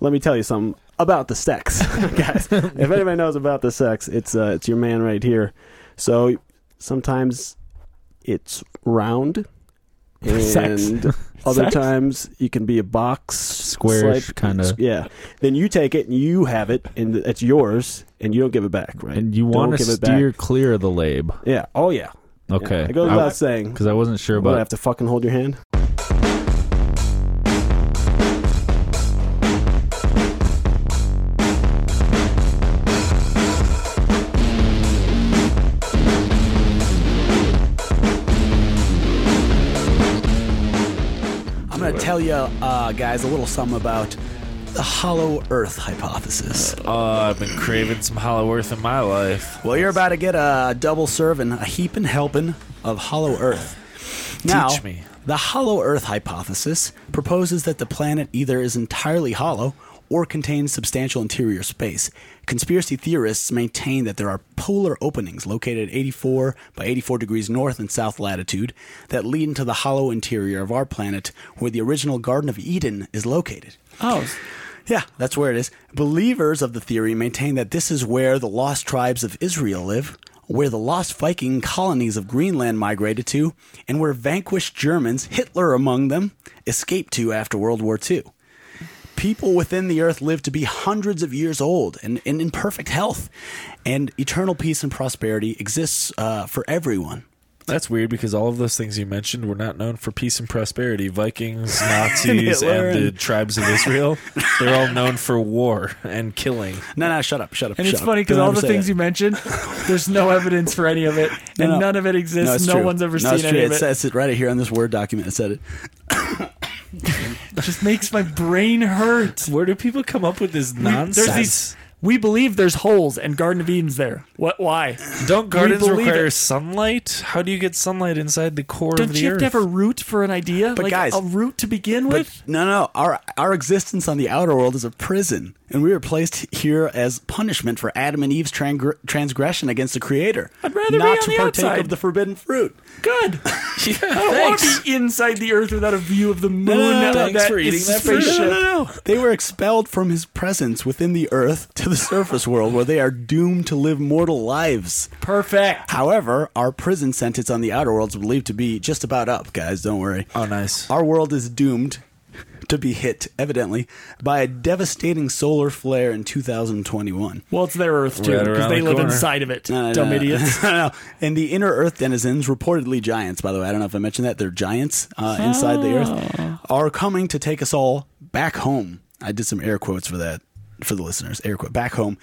let me tell you something about the sex, guys. if anybody knows about the sex, it's uh, it's your man right here. So sometimes it's round, Sex. and other Sex? times you can be a box Squarish like- kinda. Yeah. Then you take it and you have it, and it's yours, and you don't give it back, right? And you Don't want to give it steer back. clear of the lab. Yeah. Oh yeah. Okay. Yeah. It goes I- without saying. Because I wasn't sure What, I about have to fucking hold your hand. I'm going to tell you uh, guys a little something about the hollow earth hypothesis. Oh, I've been craving some Hollow Earth in my life. Well, you're about to get a double serving, a heaping helping of hollow earth. Now, Teach me. the hollow earth hypothesis proposes that the planet either is entirely hollow or contains substantial interior space. Conspiracy theorists maintain that there are polar openings located at 84 by 84 degrees north and south latitude that lead into the hollow interior of our planet where the original Garden of Eden is located. Oh, Yeah, that's where it is. Believers of the theory maintain that this is where the lost tribes of Israel live, where the lost Viking colonies of Greenland migrated to, and where vanquished Germans, Hitler among them, escaped to after World War II. People within the earth live to be hundreds of years old and, and in perfect health, and eternal peace and prosperity exists uh, for everyone. That's weird because all of those things you mentioned were not known for peace and prosperity. Vikings, Nazis, Hitler and, the and- tribes of Israel. They're all known for war and killing. No, no, shut up, shut up. and shut it's up. funny because Don't all ever the say things that. you mentioned, there's no evidence for any of it, and No, no. none of it exists. it's No, true. one's No, ever seen it's true. any of It it. says it right here on this Word document. It said it. It just makes my brain hurt. Where do people come up with this nonsense? There's these. We believe there's holes, and Garden of Eden's there. What? Why? Don't gardens believe require it. sunlight? How do you get sunlight inside the core Don't of the you have earth? to have a root for an idea? But like guys- a root to begin with. No, no. Our our existence on the outer world is a prison, and we were placed here as punishment for Adam and Eve's trangr- transgression against the Creator. I'd rather be not on to the partake outside. of the forbidden fruit. Good. yeah, I don't want thanks. to be inside the Earth without a view of the moon. no, that- thanks for is eating that fruit. spaceship. No, no, They were expelled from His presence within the earth to the surface world, where they are doomed to live mortal lives. Perfect. However, our prison sentence on the outer world is believed to be just about up, guys. Don't worry. Oh, nice. Our world is doomed to be hit, evidently, by a devastating solar flare in 2021. Well, it's their Earth too, Right because around they the live corner. inside of it. No, no, Dumb no, no. idiots. No, no. uh, And the inner Earth denizens, reportedly giants, by the way, I don't know if I mentioned that, they're giants uh, inside the Earth, are coming to take us all back home. I did some air quotes for that, for the listeners, air quote, back home.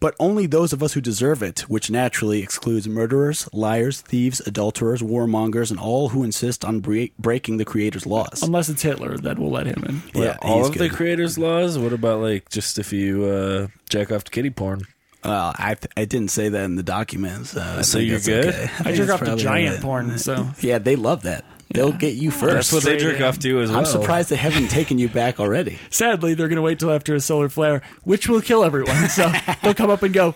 But only those of us who deserve it, which naturally excludes murderers, liars, thieves, adulterers, warmongers, and all who insist on bre- breaking the Creator's laws. Unless it's Hitler, then we'll let him in. What, yeah, all he's of the good. creator's laws. What about like just if you uh, jack off to kitty porn? Well, I, I didn't say that in the documents. So, I So think you're that's good? Okay. I think jerk that's off to probably giant right. porn, so Yeah, they love that. They'll get you first. That's what they Straight jerk in. off to as well. I'm surprised they haven't taken you back already. sadly they're gonna wait till after a solar flare, which will kill everyone. So they'll come up and go,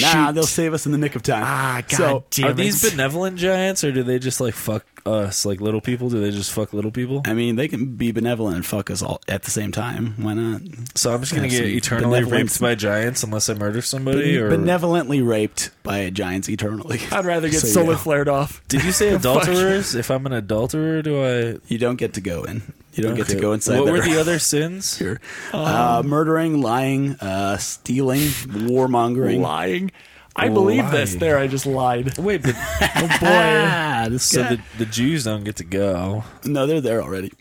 Nah, they'll save us in the nick of time. Ah, god So, damn Are it. these benevolent giants, or do they just like fuck us, like little people? Do they just fuck little people? I mean, they can be benevolent and fuck us all at the same time. Why not? So I'm just gonna Have get some eternally benevolence. raped by giants unless I murder somebody. Or Benevolently raped by giants eternally. I'd rather get So, solar yeah. flared off. did you say adulterers? if I'm an adulterer, do I? You don't get to go in. You don't get to Okay. go inside. What were their- the Oh. other sins? here. Uh, murdering, lying, uh, stealing, warmongering. Lying. I believe this. Lying. There, I just lied. Wait, but Oh boy. Ah, this so guy. the, the Jews don't get to go. no, they're there already.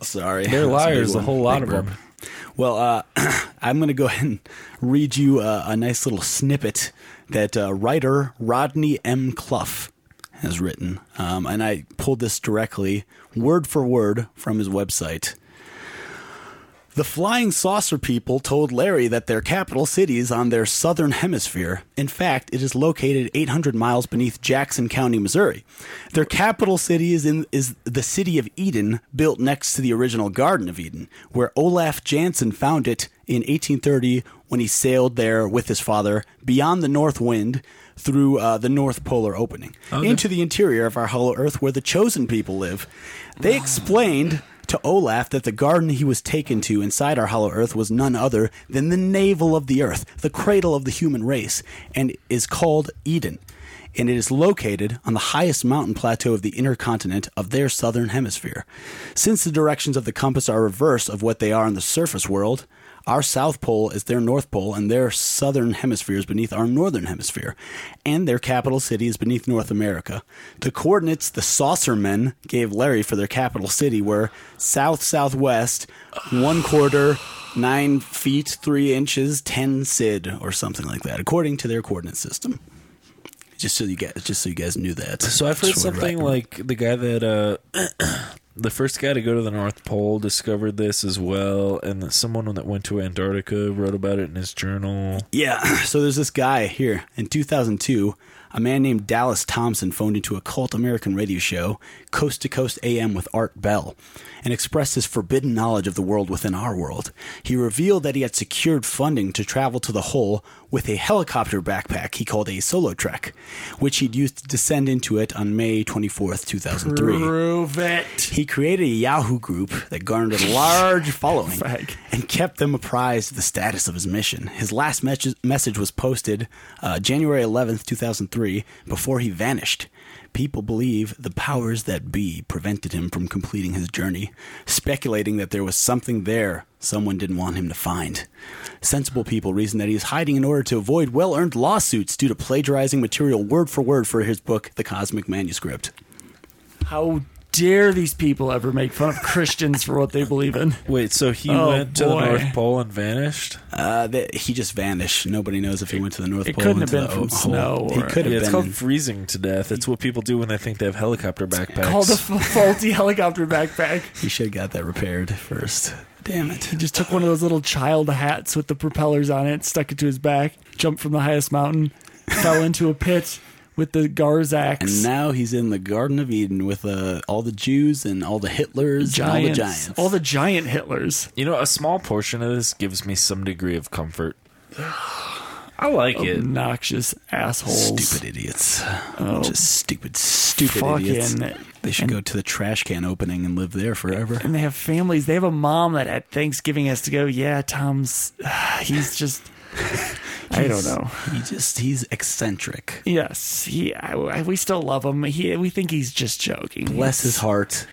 Sorry, They're That's a big liars, a one. whole lot Big of burp. them. Well, uh, I'm going to go ahead and read you uh, a nice little snippet that uh, writer Rodney M. Clough has written. Um, and I pulled this directly, word for word, from his website. The flying saucer people told Larry that their capital city is on their southern hemisphere. In fact, it is located 800 miles beneath Jackson County, Missouri. Their capital city is in is the city of Eden, built next to the original Garden of Eden, where Olaf Jansen found it in 1830 when he sailed there with his father beyond the north wind through uh, the north polar opening into the interior of our hollow earth where the chosen people live. They explained to Olaf that the garden he was taken to inside our hollow earth was none other than the navel of the earth, the cradle of the human race, and is called Eden. And it is located on the highest mountain plateau of the inner continent of their southern hemisphere. Since the directions of the compass are reverse of what they are in the surface world, our South Pole is their North Pole, and their Southern Hemisphere is beneath our Northern Hemisphere, and their capital city is beneath North America. The coordinates the saucer men gave Larry for their capital city were south southwest, one quarter, nine feet, three inches, ten sid, or something like that, according to their coordinate system. Just so you guys, just so you guys knew that. So I've heard Just wanted to something wrap it up. like the guy that uh, the first guy to go to the North Pole discovered this as well, and that someone that went to Antarctica wrote about it in his journal. Yeah. So there's this guy here in 2002. A man named Dallas Thompson phoned into a cult American radio show, Coast to Coast AM with Art Bell, and expressed his forbidden knowledge of the world within our world. He revealed that he had secured funding to travel to the hole with a helicopter backpack he called a solo trek, which he'd used to descend into it on May 24th, 2003. Prove it. He created a Yahoo group that garnered a large following and kept them apprised of the status of his mission. His last mes- message was posted uh, January 11th, 2003, before he vanished. People believe the powers that be prevented him from completing his journey, speculating that there was something there someone didn't want him to find. Sensible people reason that he is hiding in order to avoid well earned lawsuits due to plagiarizing material word for word for his book, The Cosmic Manuscript. How dare these people ever make fun of Christians for what they believe in? Wait, so he Oh, went to boy. the North Pole and vanished? Uh, that he just vanished. Nobody knows if he went to the North it Pole. couldn't went have to been the from O- snow He or- could Yeah, have it's been. called freezing to death. It's what people do when they think they have helicopter backpacks. Called a fa- faulty helicopter backpack. he should have got that repaired first. Damn it! He just took one of those little child hats with the propellers on it, stuck it to his back, jumped from the highest mountain, fell into a pit with the Garzaks. And now he's in the Garden of Eden with uh, all the Jews and all the Hitlers and all the giants. All the giant Hitlers. you know, a small portion of this gives me some degree of comfort. I like it. Obnoxious assholes. stupid idiots. Just stupid, stupid idiots. Oh, Fucking. They should go to the trash can opening and live there forever. And they have families. They have a mom that at Thanksgiving has to go, yeah, Tom's. he's just. I don't know. He just—he's eccentric. Yes, he. I, I- we still love him. He. We think he's just joking. Bless his heart.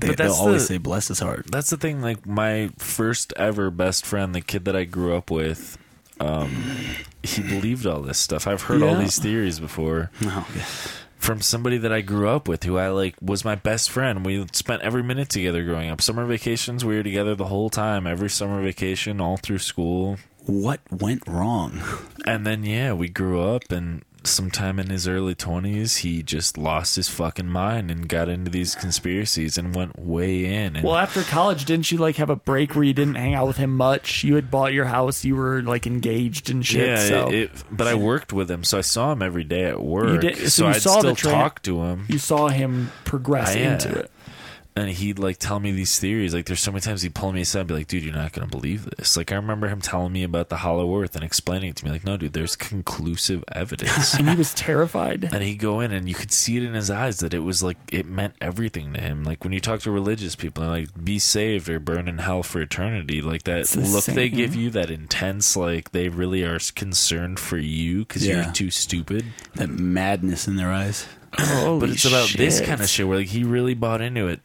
They, But they'll that's always the- say "bless his heart." That's the thing. Like my first ever best friend, the kid that I grew up with, um, he believed all this stuff. I've heard all Yeah. these theories before No. from somebody that I grew up with, who I like was my best friend. We spent every minute together growing up. Summer vacations, we were together the whole time. Every summer vacation, all through school, What went wrong? and then yeah, we grew up and. Sometime in his early 20s, he just lost his fucking mind and got into these conspiracies and went way in. And Well, after college, didn't you like have a break where you didn't hang out with him much? You had bought your house. You were like engaged and shit. Yeah, so it, it, but I worked with him, so I saw him every day at work. did- so so you I'd saw the still tra- talk to him, you saw him progress Ah, yeah. uh, into it. and he'd like tell me these theories. Like, there's so many times he'd pull me aside and be like, "Dude, you're not gonna believe this." Like, I remember him telling me about the Hollow Earth and explaining it to me. Like, no, dude, there's conclusive evidence. And he was terrified. And he'd go in, and you could see it in his eyes that it was like it meant everything to him. Like when you talk to religious people, and like be saved or burn in hell for eternity, like that the look they same. give you, that intense, like they really are concerned for you because Yeah. you're too stupid. That madness in their eyes. but it's about this kind of shit where like he really bought into it.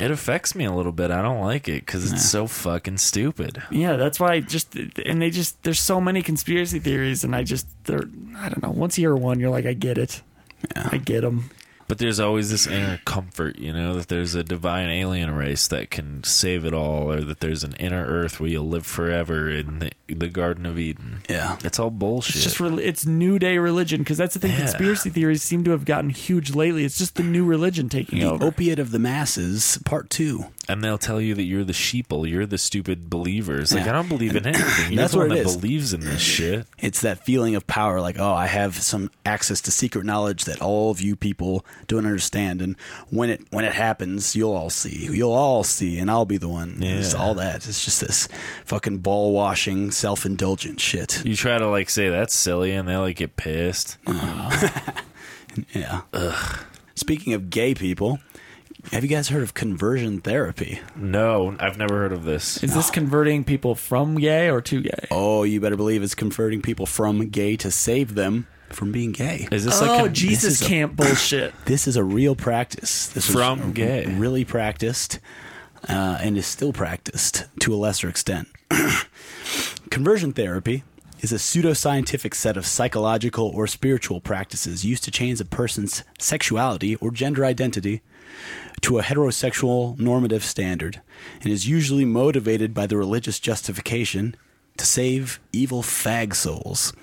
It affects me a little bit. I don't like it because it's so fucking stupid. Yeah, that's why I just and they just there's so many conspiracy theories, and I just they're I don't know. Once you hear one, you're like, I get it. I get them. But there's always this inner comfort, you know, that there's a divine alien race that can save it all, or that there's an inner Earth where you'll live forever in the, the Garden of Eden. Yeah. It's all bullshit. It's just rel it's new day religion because that's the thing. Yeah. Conspiracy theories seem to have gotten huge lately. It's just the new religion taking The over. Opiate of the Masses, Part Two. and they'll tell you that you're the sheeple, you're the stupid believers. Like Yeah. I don't believe in anything. You're That's the one what it that is. believes in this shit. It's that feeling of power, like, oh, I have some access to secret knowledge that all of you people don't understand, and when it when it happens, you'll all see, you'll all see, and I'll be the one. It's Yeah. all that. It's just this fucking ball washing, self indulgent shit. You try to like say that's silly, and they like get pissed. Yeah. Speaking of gay people, Have you guys heard of conversion therapy? No, I've never heard of this. Is this converting people from gay or to gay? Oh, you better believe it's converting people from gay to save them from being gay. Is this oh, like a, Jesus is a- camp bullshit. This is a real practice. This was From gay. really practiced, uh, and is still practiced to a lesser extent. Conversion therapy is a pseudoscientific set of psychological or spiritual practices used to change a person's sexuality or gender identity to a heterosexual normative standard, and is usually motivated by the religious justification to save evil fag souls.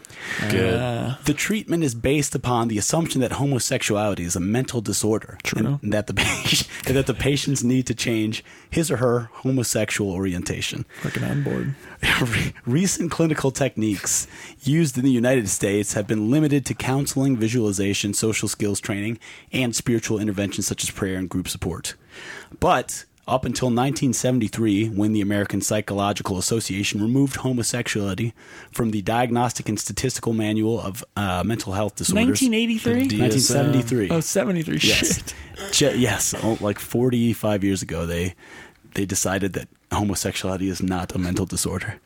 good? The treatment is based upon the assumption that homosexuality is a mental disorder True. and that the patient, that the patients need to change his or her homosexual orientation. Fucking on board. Re- Recent clinical techniques used in the United States have been limited to counseling, visualization, social skills training, and spiritual interventions such as prayer and group support. But up until 1973, when the American Psychological Association removed homosexuality from the Diagnostic and Statistical Manual of uh, Mental Health Disorders, 1983? The 1973. Oh, 73. Shit. Je- yes, oh, like 45 years ago, they they decided that homosexuality is not a mental disorder.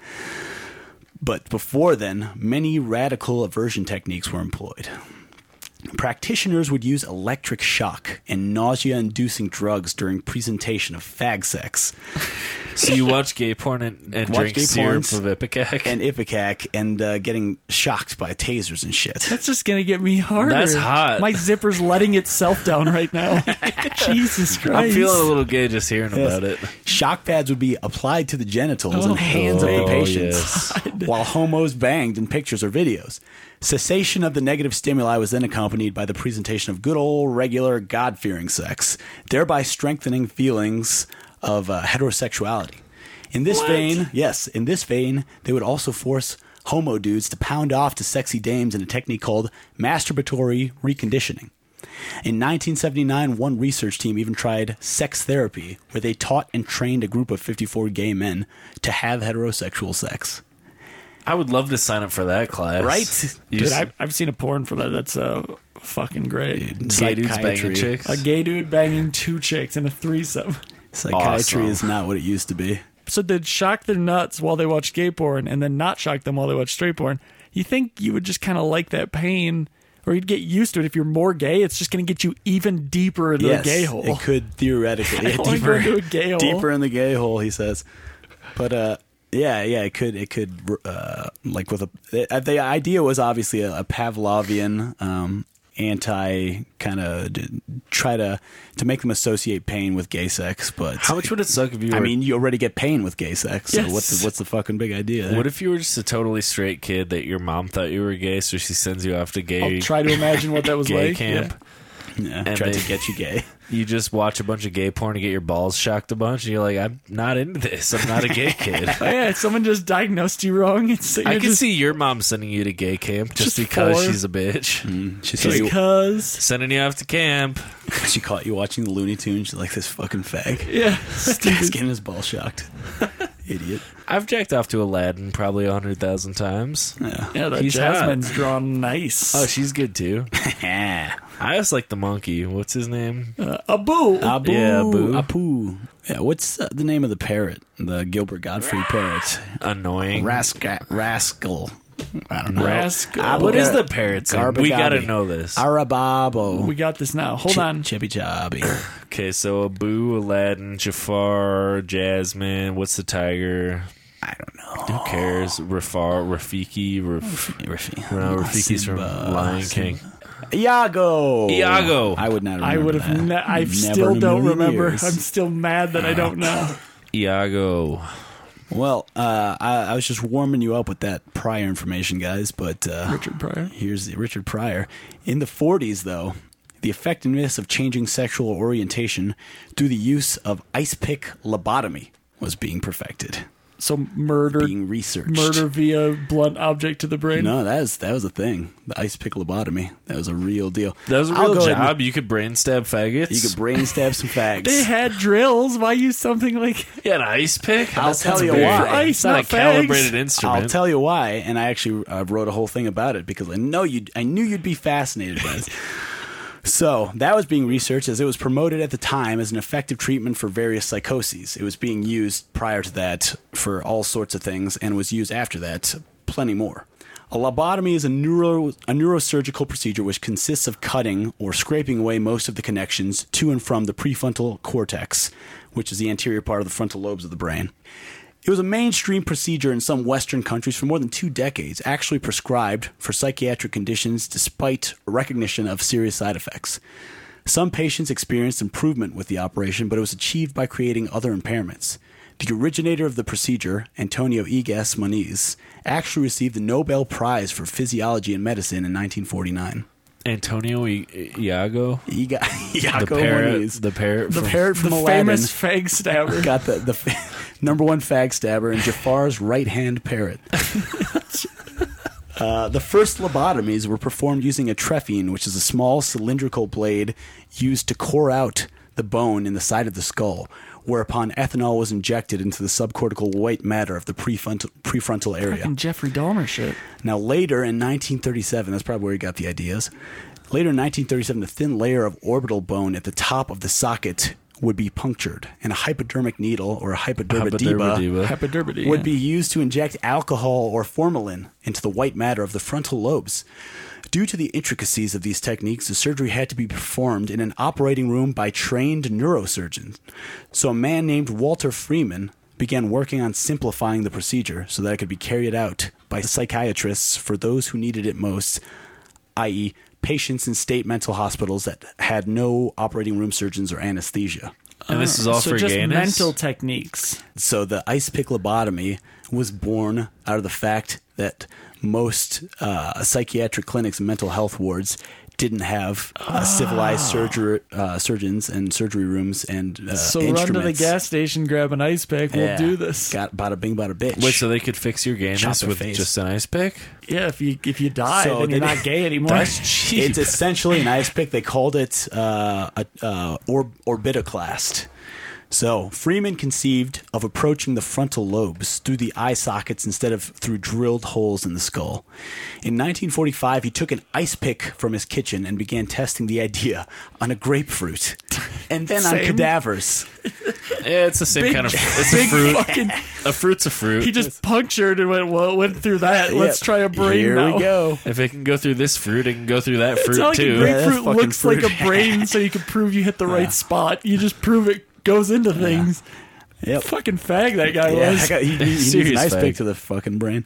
But before then, many radical aversion techniques were employed. Practitioners would use electric shock and nausea-inducing drugs during presentation of fag sex So you watch gay porn and, and Watch drink gay syrup porns of Ipecac. and ipecac and uh, getting shocked by tasers and shit. That's just going to get me harder. That's hot. My zipper's letting itself down right now. Jesus Christ. I'm feeling a little gay just hearing about it. Shock pads would be applied to the genitals Oh. and hands of the Oh, patients while homos banged in pictures or videos. Cessation of the negative stimuli was then accompanied by the presentation of good old regular God fearing sex, thereby strengthening feelings of uh, heterosexuality. In this vein, yes, in this vein, they would also force homo dudes to pound off to sexy dames in a technique called masturbatory reconditioning. In 1979, one research team even tried sex therapy, where they taught and trained a group of 54 gay men to have heterosexual sex. I would love to sign up for that class. Right? You Dude, s- I, I've seen a porn for that. That's uh, fucking great. gay dudes banging Psychiatry. chicks. A gay dude banging two chicks in a threesome. Psychiatry Awesome. is not what it used to be. So they'd shock their nuts while they watch gay porn and then not shock them while they watch straight porn. You think you would just kind of like that pain or you'd get used to it. If you're more gay, it's just going to get you even deeper into yes, the gay hole. it could theoretically I wanna go into a gay hole. deeper in the gay hole. He says, but uh, yeah, yeah, it could, it could, uh, like with a the, the idea was obviously a, a Pavlovian um, anti kind of d- try to to make them associate pain with gay sex, but How much would it suck if you were I mean, you already get pain with gay sex. So Yes. what's the, what's the fucking big idea? there? What if you were just a totally straight kid that your mom thought you were gay, so she sends you off to gay I'll try to imagine what that was gay like. camp? yeah, and tried they- to get you gay? You just watch a bunch of gay porn and get your balls shocked a bunch, and you're like, "I'm not into this. I'm not a gay kid." Yeah. Oh, yeah, someone just diagnosed you wrong. It's, I you're can just, see your mom sending you to gay camp just, Just because for- Mm. she's a bitch, She saw just you. because. sending you off to camp. She caught you watching the Looney Tunes. She's like this fucking fag. Yeah, He's stupid. getting his ball shocked. Idiot. I've jacked off to Aladdin probably a hundred thousand times. Yeah, that He's hot. Jasmine's drawn nice. Oh, she's good too. Yeah. I just like the monkey. What's his name? a boo. Abu. Yeah, Abu. Apu. Yeah, what's uh, the name of the parrot? The Gilbert Godfrey parrot. Annoying. Rascal. Rascal. I don't know. Rascal. Abu- What is Gar- the parrot's name? We Garbagabi. gotta know this. Arababo. we got this now. Hold Chi- on. Chippy Jobby. Okay, so Abu, Aladdin, Jafar, Jasmine. What's the tiger? I don't know. Who cares? Rafar, Rafiki, Raf- no, Rafiki's from Simba. Lion King. Iago. Iago. I would not remember I would have. that. Ne- I Never still in a don't million remember. years. I'm still mad that I don't know. Iago. Well, uh, I, I was just warming you up with that prior information, guys. But uh, Richard Pryor. here's the Richard Pryor. In the 40s, though, the effectiveness of changing sexual orientation through the use of ice pick lobotomy was being perfected, So murder, being researched. murder via blunt object to the brain. No, that was that was a thing. The ice pick lobotomy. That was a real deal. That was a I'll real go ahead and- job. You could brainstab faggots. You could brain stab some fags. They had drills. Why use something like? yeah, an ice pick. I'll That tell sounds you very- why. Ice, It's not, not a fags. calibrated instrument. I'll tell you why, and I actually uh, wrote a whole thing about it because I know you. I knew you'd be fascinated by this. So that was being researched as it was promoted at the time as an effective treatment for various psychoses. It was being used prior to that for all sorts of things and was used after that plenty more. A lobotomy is a, neuro, a neurosurgical procedure which consists of cutting or scraping away most of the connections to and from the prefrontal cortex, which is the anterior part of the frontal lobes of the brain. It was a mainstream procedure in some Western countries for more than two decades, actually prescribed for psychiatric conditions despite recognition of serious side effects. Some patients experienced improvement with the operation, but it was achieved by creating other impairments. The originator of the procedure, Antonio Igas Moniz, actually received the Nobel Prize for Physiology and Medicine in 1949. Antonio I- Iago, Iga- the Iago parrot, Moniz, the parrot, the from- parrot from the Aladdin, famous fag stabber. got the, the f- number one fag stabber and Jafar's right hand parrot. Uh, the first lobotomies were performed using a trephine, which is a small cylindrical blade used to core out the bone in the side of the skull, whereupon ethanol was injected into the subcortical white matter of the prefrontal, prefrontal area. Fucking Jeffrey Dahmer shit. Now, later in 1937, that's probably where he got the ideas. Later in 1937, the thin layer of orbital bone at the top of the socket would be punctured, and a hypodermic needle or a Hypodermidiba. hypodermidiba Hypodermity. would yeah. be used to inject alcohol or formalin into the white matter of the frontal lobes. Due to the intricacies of these techniques, the surgery had to be performed in an operating room by trained neurosurgeons. So a man named Walter Freeman began working on simplifying the procedure so that it could be carried out by psychiatrists for those who needed it most, i.e., patients in state mental hospitals that had no operating room surgeons or anesthesia. and this is all uh, so for just gayness? mental techniques. So the ice pick lobotomy was born out of the fact that most uh, psychiatric clinics and mental health wards didn't have uh, civilized Ah. surger, uh, surgeons and surgery rooms and uh, So run to instruments. the gas station, grab an ice pick. We'll Yeah. do this. Got bada bing, bada bitch. Wait, so they could fix your Chop gayness their with face. just an ice pick? yeah, if you if you die, So then you're they- not gay anymore. That's cheap. it's essentially an ice pick. They called it uh, a, uh, or, orbitoclast. So Freeman conceived of approaching the frontal lobes through the eye sockets instead of through drilled holes in the skull. In 1945, he took an ice pick from his kitchen and began testing the idea on a grapefruit, and then on Same. cadavers. Yeah, it's the same Big- kind of. It's a big fruit. fucking. A fruit's a fruit. He just punctured and went. Well, it went through that. Let's Yep. try a brain Here now. we go. if it can go through this fruit, it can go through that It's not fruit like a too. great- Yeah, grapefruit fucking looks like a fruit. brain, so you can prove you hit the right spot. You just prove it goes into things. Yep. Fucking fag that guy Yeah, was. I got- he, he, he needs an Serious ice fag. pick to the fucking brain.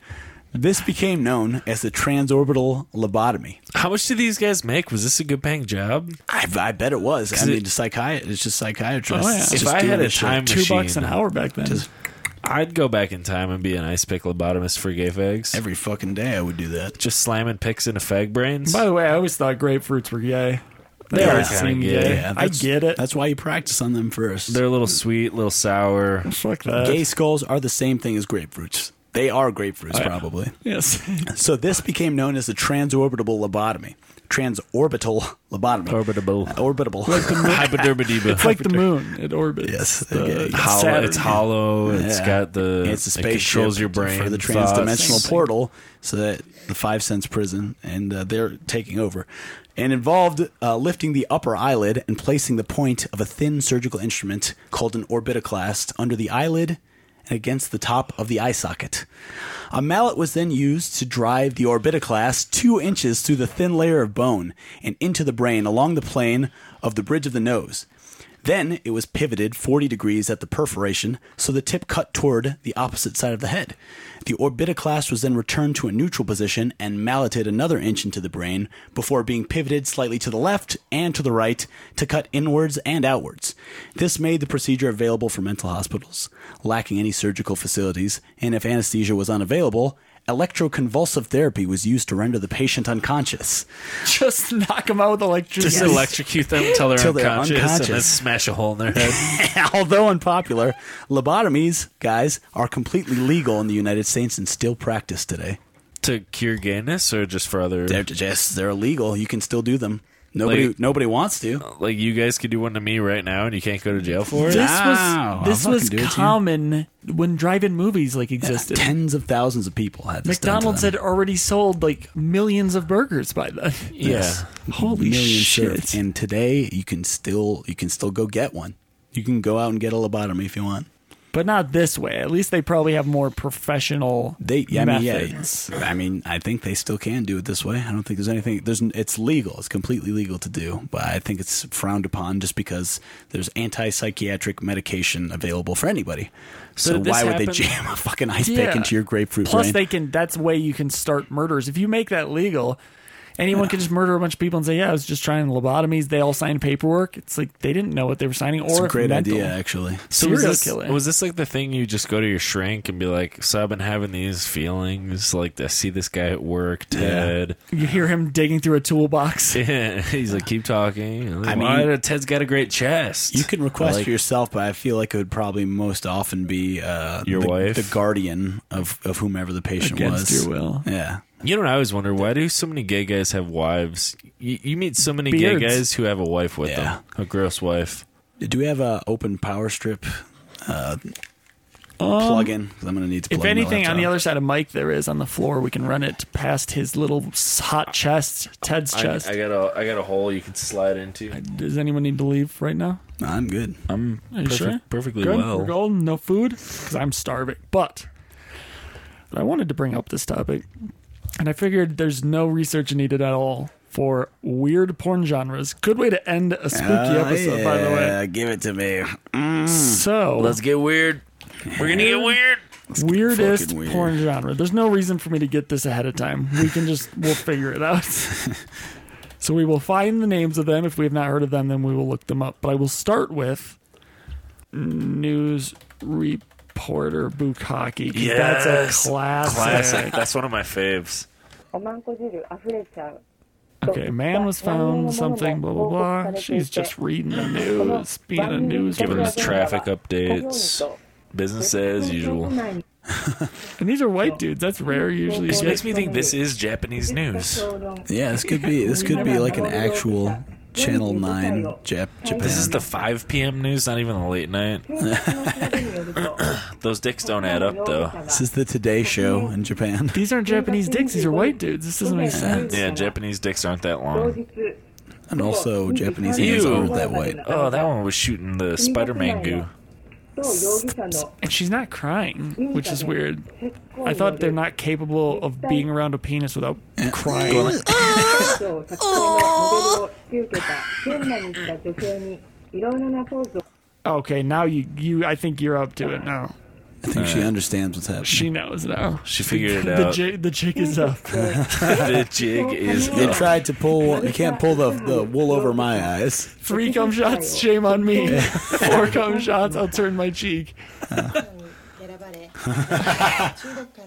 This became known as the transorbital lobotomy. How much did these guys make? Was this a good paying job? I, I bet it was. I it- mean, psychiatrist. It's just psychiatrists. Oh, yeah. It's If just I had doing a this shit. time Two machine, bucks an hour back then. I'd go back in time and be an ice pick lobotomist for gay fags. every fucking day, I would do that. just slamming picks into fag brains. By the way, I always thought grapefruits were gay. They Yeah. are seem Kinda gay. gay. Yeah, I that's- get it. That's why you practice on them first. They're a little sweet, little sour. Fuck that. Gay skulls are the same thing as grapefruits. They are grapefruits, Oh, probably. Yes. So this became known as the transorbitable lobotomy. Transorbital lobotomy. Orbitable. Orbitable. Hypodermidiba. It's like the moon. It orbits. yes. The- okay. hollow, Saturn. it's hollow. It's Yeah. got the. It's a It spaceship controls your brain. for the thoughts. transdimensional portal, so that the five sense prison, and uh, they're taking over, and involved uh, lifting the upper eyelid and placing the point of a thin surgical instrument called an orbitoclast under the eyelid and against the top of the eye socket. A mallet was then used to drive the orbitoclast two inches through the thin layer of bone and into the brain along the plane of the bridge of the nose. Then it was pivoted 40 degrees at the perforation, so the tip cut toward the opposite side of the head. The orbitoclast was then returned to a neutral position and malleted another inch into the brain before being pivoted slightly to the left and to the right to cut inwards and outwards. This made the procedure available for mental hospitals, lacking any surgical facilities, and if anesthesia was unavailable, electroconvulsive therapy was used to render the patient unconscious. Just knock them out with electricity. Just electrocute them till they're, Till they're unconscious, and then unconscious. smash a hole in their head. although unpopular, lobotomies, guys, are completely legal in the United States and still practiced today. to cure gayness or just for other. They're just they're illegal. You can still do them. Nobody Like- nobody wants to. Like you guys could do one to me right now, and you can't go to jail for it. This Wow, I'll was this fucking was do it to you. common when drive-in movies like existed. Tens of thousands of people had this done to McDonald's them. had already sold like millions of burgers by then. Yeah. Holy million shit! served. And today you can still you can still go get one. You can go out and get a lobotomy if you want. But not this way. At least they probably have more professional. They, yeah, I mean, yeah, methods. it's- I mean, I think they still can do it this way. I don't think there's anything. There's, n- it's legal. It's completely legal to do, but I think it's frowned upon just because there's anti-psychiatric medication available for anybody. So, So did this why would they happen- jam a fucking ice Yeah. pick into your grapefruit Plus, brain? they can. That's the way you can start murders. If you make that legal, anyone can just murder a bunch of people and say, "Yeah, I was just trying lobotomies." They all signed paperwork. It's like they didn't know what they were signing. it's or a if great mental. idea, actually. So was serial this, killer. was this like the thing you just go to your shrink and be like, so I've been having these feelings, like I see this guy at work, Ted. You hear him digging through a toolbox. He's like, keep talking. I'm Like, I I mean- Ted's got a great chest. You can request Like- for yourself, but I feel like it would probably most often be uh, Your the, wife? the guardian of, of whomever the patient Against was. your will. Yeah, You know what I always wonder? Why do so many gay guys have wives? You, you meet so many Beards. gay guys who have a wife with Yeah. them, a gross wife. Do we have a open power strip uh, plug in? Because I'm going to need to. Plug Um, If my anything, on the laptop. other side of Mike, there is on the floor. We can run it past his little s- hot chest, Ted's chest. got a I got a hole you can slide into. Does anyone need to leave right now? I'm good. I'm Are you perfect, sure? perfectly Good. well. We're golden. No food because I'm starving. But I wanted to bring up this topic, and I figured there's no research needed at all for weird porn genres. Good way to end a spooky Ah, episode, by the way. Uh, give it to me. So Let's get weird. We're gonna get weird. weirdest fucking weird. porn genre. There's no reason for me to get this ahead of time. We can just we'll figure it out. so we will find the names of them. If we have not heard of them, then we will look them up. But I will start with news reporter bukkake. 'cause That's Yes. a classic. Classic. That's one of my faves. おまんこ汁溢れちゃう。 Okay, man was found something. Blah blah blah. She's just reading the この news, being a 番組 Giving us news. 取り上げ person. るのは traffic 作業員と updates. Business as usual. 内に And these are white dudes. That's rare. Usually, This makes me think this is Japanese news. 評 論 Yeah, this could be this could be like an actual Channel Nine Jap- Japan. This is the 5 p.m. news, not even the late night. 警察の調べによると Those dicks don't add up though. This is the Today Show in Japan. these aren't Japanese dicks. These are white dudes. This doesn't make sense. Yeah, Japanese dicks aren't that 同 long. 日 And also, Japanese hands Ew. aren't that white. Oh, that one was shooting the Spider-Man goo. と容疑者の And she's not crying, which is weird. 結婚 I thought they're not capable of being around a penis without crying. を100回のモデルを引き受けた現内にした女性にいろいろなポーズを Okay, now you you I think you're up to it now. I think she understands what's happening. She knows now. She figured it The out. jig, the jig is up. The jig is they up. tried to pull. You can't pull the, the wool over my eyes. Three cum shots, shame on me. Four cum shots, I'll turn my cheek. 選ば れ中国からは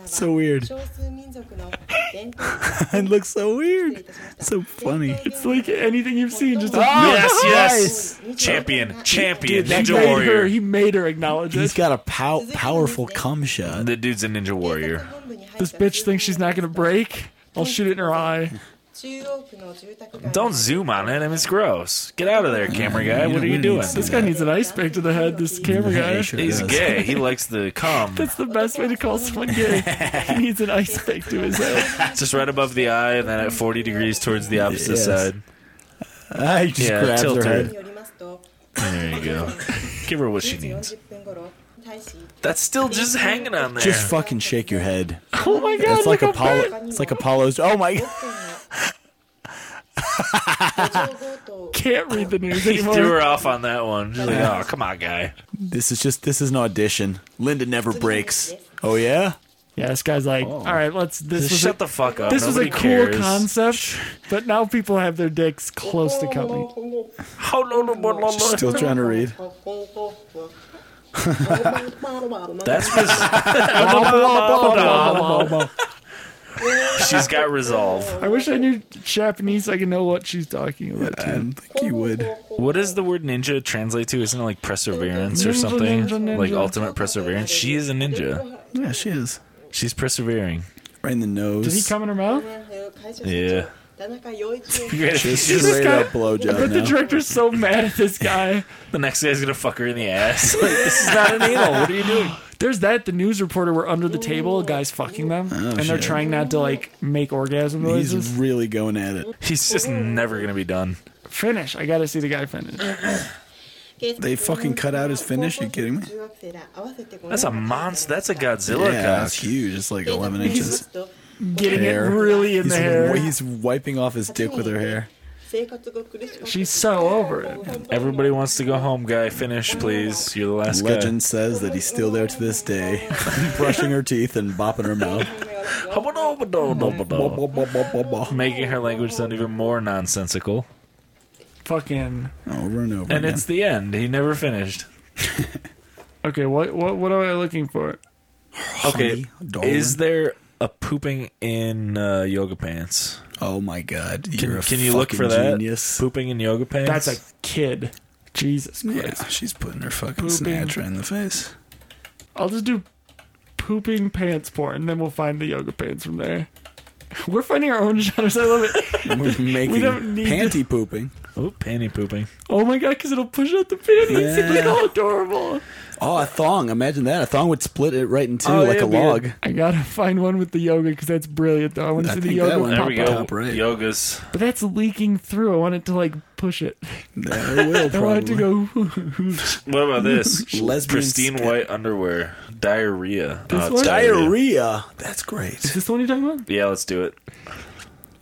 So weird. 少数民族の伝統 It looks so をい weird. たしました So funny. It's like anything you've seen. Just Yes, yes. Nice. Champion, champion, dude, that Ah! ninja made her. warrior. He made her acknowledge He's it. got a pow- powerful cum shot. The dude's a ninja warrior. 本部に入った This bitch thinks she's not gonna break. I'll shoot it in her eye. 中央区の住宅街に Don't zoom on it. I mean, it's gross. Get out of there, camera guy. What are you doing? This guy needs an ice pick to the head. This camera guy. sure He's does. gay. He likes the cum. That's the best way to call someone gay. He needs an ice pick to his head. Just right above the eye, and then at 40 degrees towards the opposite Yes. side. I Ah, just Yeah, grabs tilt her her. head. によりますと There you go. Give her what she needs. 40分頃大使 That's still just hanging on there. Just fucking shake your head. Oh my god, That's like look how bad- Apollo. It's like Apollo's. Oh my god. 北条強盗 Can't read the news he threw anymore. her off on that one. She's like, oh, come on, guy. This is just this is an audition. Linda never breaks. Oh yeah. Yeah, this guy's like, Oh. all right, let's. This Just was shut a, the fuck up. this was a Nobody cool cares. concept, but now people have their dicks close to coming. How low the bottom of the- Still trying to read. That's res- she's got resolve. I wish I knew Japanese. so I could know what she's talking about. I don't think you would. What does the word ninja translate to? Isn't it like perseverance or Ninja, something? ninja, ninja. Like ultimate perseverance. She is a ninja. Yeah, she is. She's persevering. Right in the nose. Did he come in her mouth? Yeah. 田中陽一を the Just This straight guy- up blowjob But the now. director's so mad at this guy. next guy's gonna fuck her in the ass. Like, this is not an anal. What are you doing? There's that the news reporter were under the table, a guy's fucking them, and they're Oh, shit. trying not to like make orgasm He's noises. really going at it. He's just never gonna be done. Finish. I gotta see the guy finish. They fucking cut out his finish. You kidding me? 中学生だ合わせて5 That's a monster. That's a Godzilla Yeah, cock. that's huge. It's like 11 inches. Getting Hair. it really in He's, the hair. he's wiping off his dick with her hair. She's so over it. Everybody wants to go home, guy. Finish, please. You're the last Legend says that he's still there to this day, brushing her teeth and bopping her mouth. Bop, guy. bop, bop, bop, bop, bop. Making her language sound even more nonsensical. Fucking. Over and over. And again. it's the end. He never finished. Okay, what what what am I looking for? Okay. Honey, darling. Is there a pooping in uh, yoga pants? oh my god, you're Can, a can you look fucking for that? Genius. Pooping in yoga pants? That's a kid. Jesus Christ. Yeah, she's putting her fucking Pooping. snatch right in the face. I'll just do pooping pants porn, and then we'll find the yoga pants from there. We're finding our own genres. I love it. We're making don't need panty pooping. oh, panty pooping. Oh my god, because it'll push out the panties. It's like Yeah. all adorable. Oh, a thong. Imagine that. A thong would split it right in two Oh, like a it'd be a- log. I gotta find one with the yoga because that's brilliant. Though I want to I see the think that yoga one- There pop we up. go. Top right. Yogas. But that's leaking through. I want it to like push it. There will I want it probably. to go. What about this? Lesbian Pristine skin. white underwear. Diarrhea. This it's one? Uh, Diarrhea. That's great. Is this the one you're talking about? Yeah, let's do it.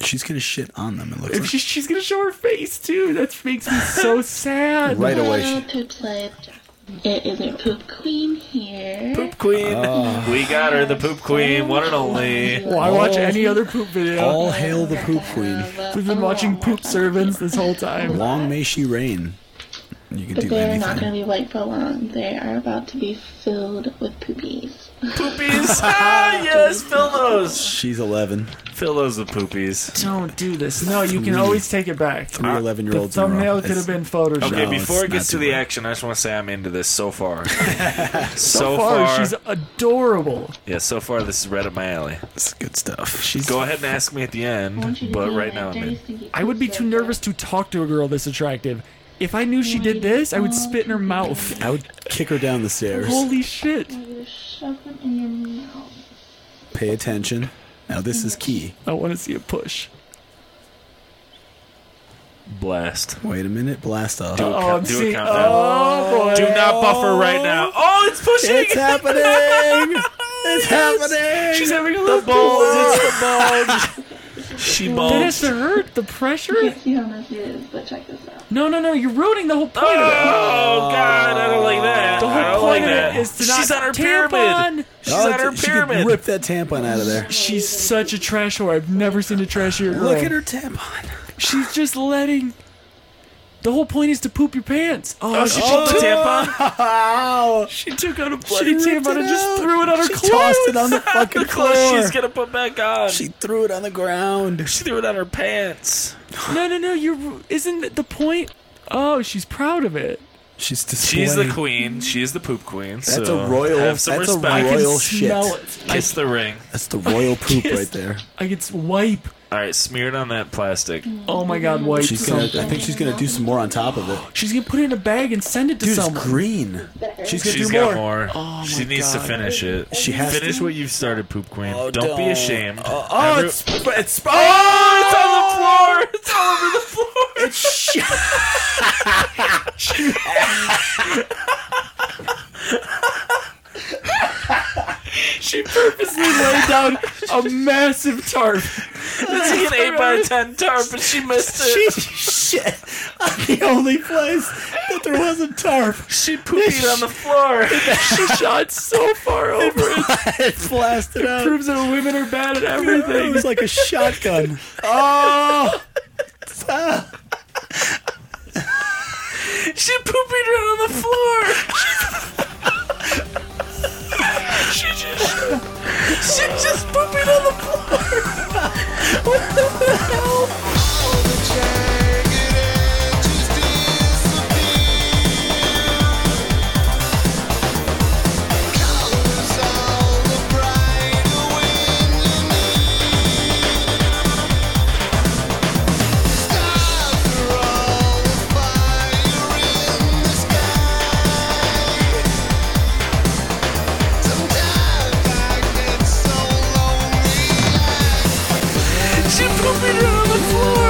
She's gonna shit on them. It looks If like. she, she's gonna show her face too. That makes me so sad. right away. She, Poop life. It is a poop queen here. Poop queen. Ah. We got her, the poop queen, one and only. Well, I watch any other poop video. all hail the poop queen. We've been watching poop servants this whole time. Long may she reign. You can But do they are not going anything. to be white for long. They are about to be filled with poopies. Poopies. ah, yes, fill those. She's 11. Fill those with poopies. Don't do this. No, you can always take it back. Three 11 year Ah, The olds. in a row. thumbnail could It's- have been photoshopped. Okay, No, before it's it gets not to too the bad. action, I just want to say I'm into this so far. So far, she's adorable. yeah, so far this is right up my alley. It's good stuff. She's Go ahead and ask me at the end, but right now I'm in. I would be too nervous to talk to a girl this attractive. If I knew she did this, I would spit in her mouth. I would kick her down the stairs. Holy shit. Shove them in your mouth. Pay attention. Now this is key. I want to see a push. Blast. Wait a minute. Blast off. Oh, I'm Do a seeing. countdown. Oh, boy. Do not buffer right now. Oh, it's pushing. It's happening. It's happening. She's having a little Oh. bulge. It's the bulge. she That bulged. has to hurt. The You pressure? can see how much it is, but check this out. No, no, no. You're ruining the whole point Ah! of it. Oh God, I don't like that. The whole I don't point like of that. it is to not She's on her tamp pyramid. on. She's Oh, on her she could pyramid. Rip that tampon out of there. She's such a trash whore. I've never seen a trashier girl. Look at her tampon. She's just letting. The whole point is to poop your pants. Oh, she, pulled the tampon. Ow. she took out a bloody ripped tampon it and just out. threw it on her She clothes. tossed it on the fucking floor. Clothes she's gonna put back on. She She threw it on the ground. threw it on her pants. No, no, no. You're. Isn't it the point? Oh, she's proud of it. She's displaying. She's the queen. She's the poop queen. That's a royal. Have That's some a respect. royal Smell shit. it. Kiss the ring. That's the royal poop Yes. right there. I could s- wipe. All right, smeared on that plastic. Oh my god, wipe. She's gonna. I something. think she's gonna do some more on top of it. She's gonna put it in a bag and send it to Dude, it's someone. green. She's gonna She's do got more. more. she needs to God. finish it. She has finish to. what you've started, poop queen. Oh, don't, Uh, be don't. ashamed. Oh, oh, Every- it's it's oh, floor. It's all over the floor. it's on the floor. She purposely laid down a massive tarp. It's like an eight by ten tarp, but she missed it. She shit on the only place that there was a tarp. She poopied on the floor. She shot so far over it. It blasted out. Proves that women are bad at It everything. was like a shotgun. She poopied right on the floor. she just she just poopied on the floor. Ooh.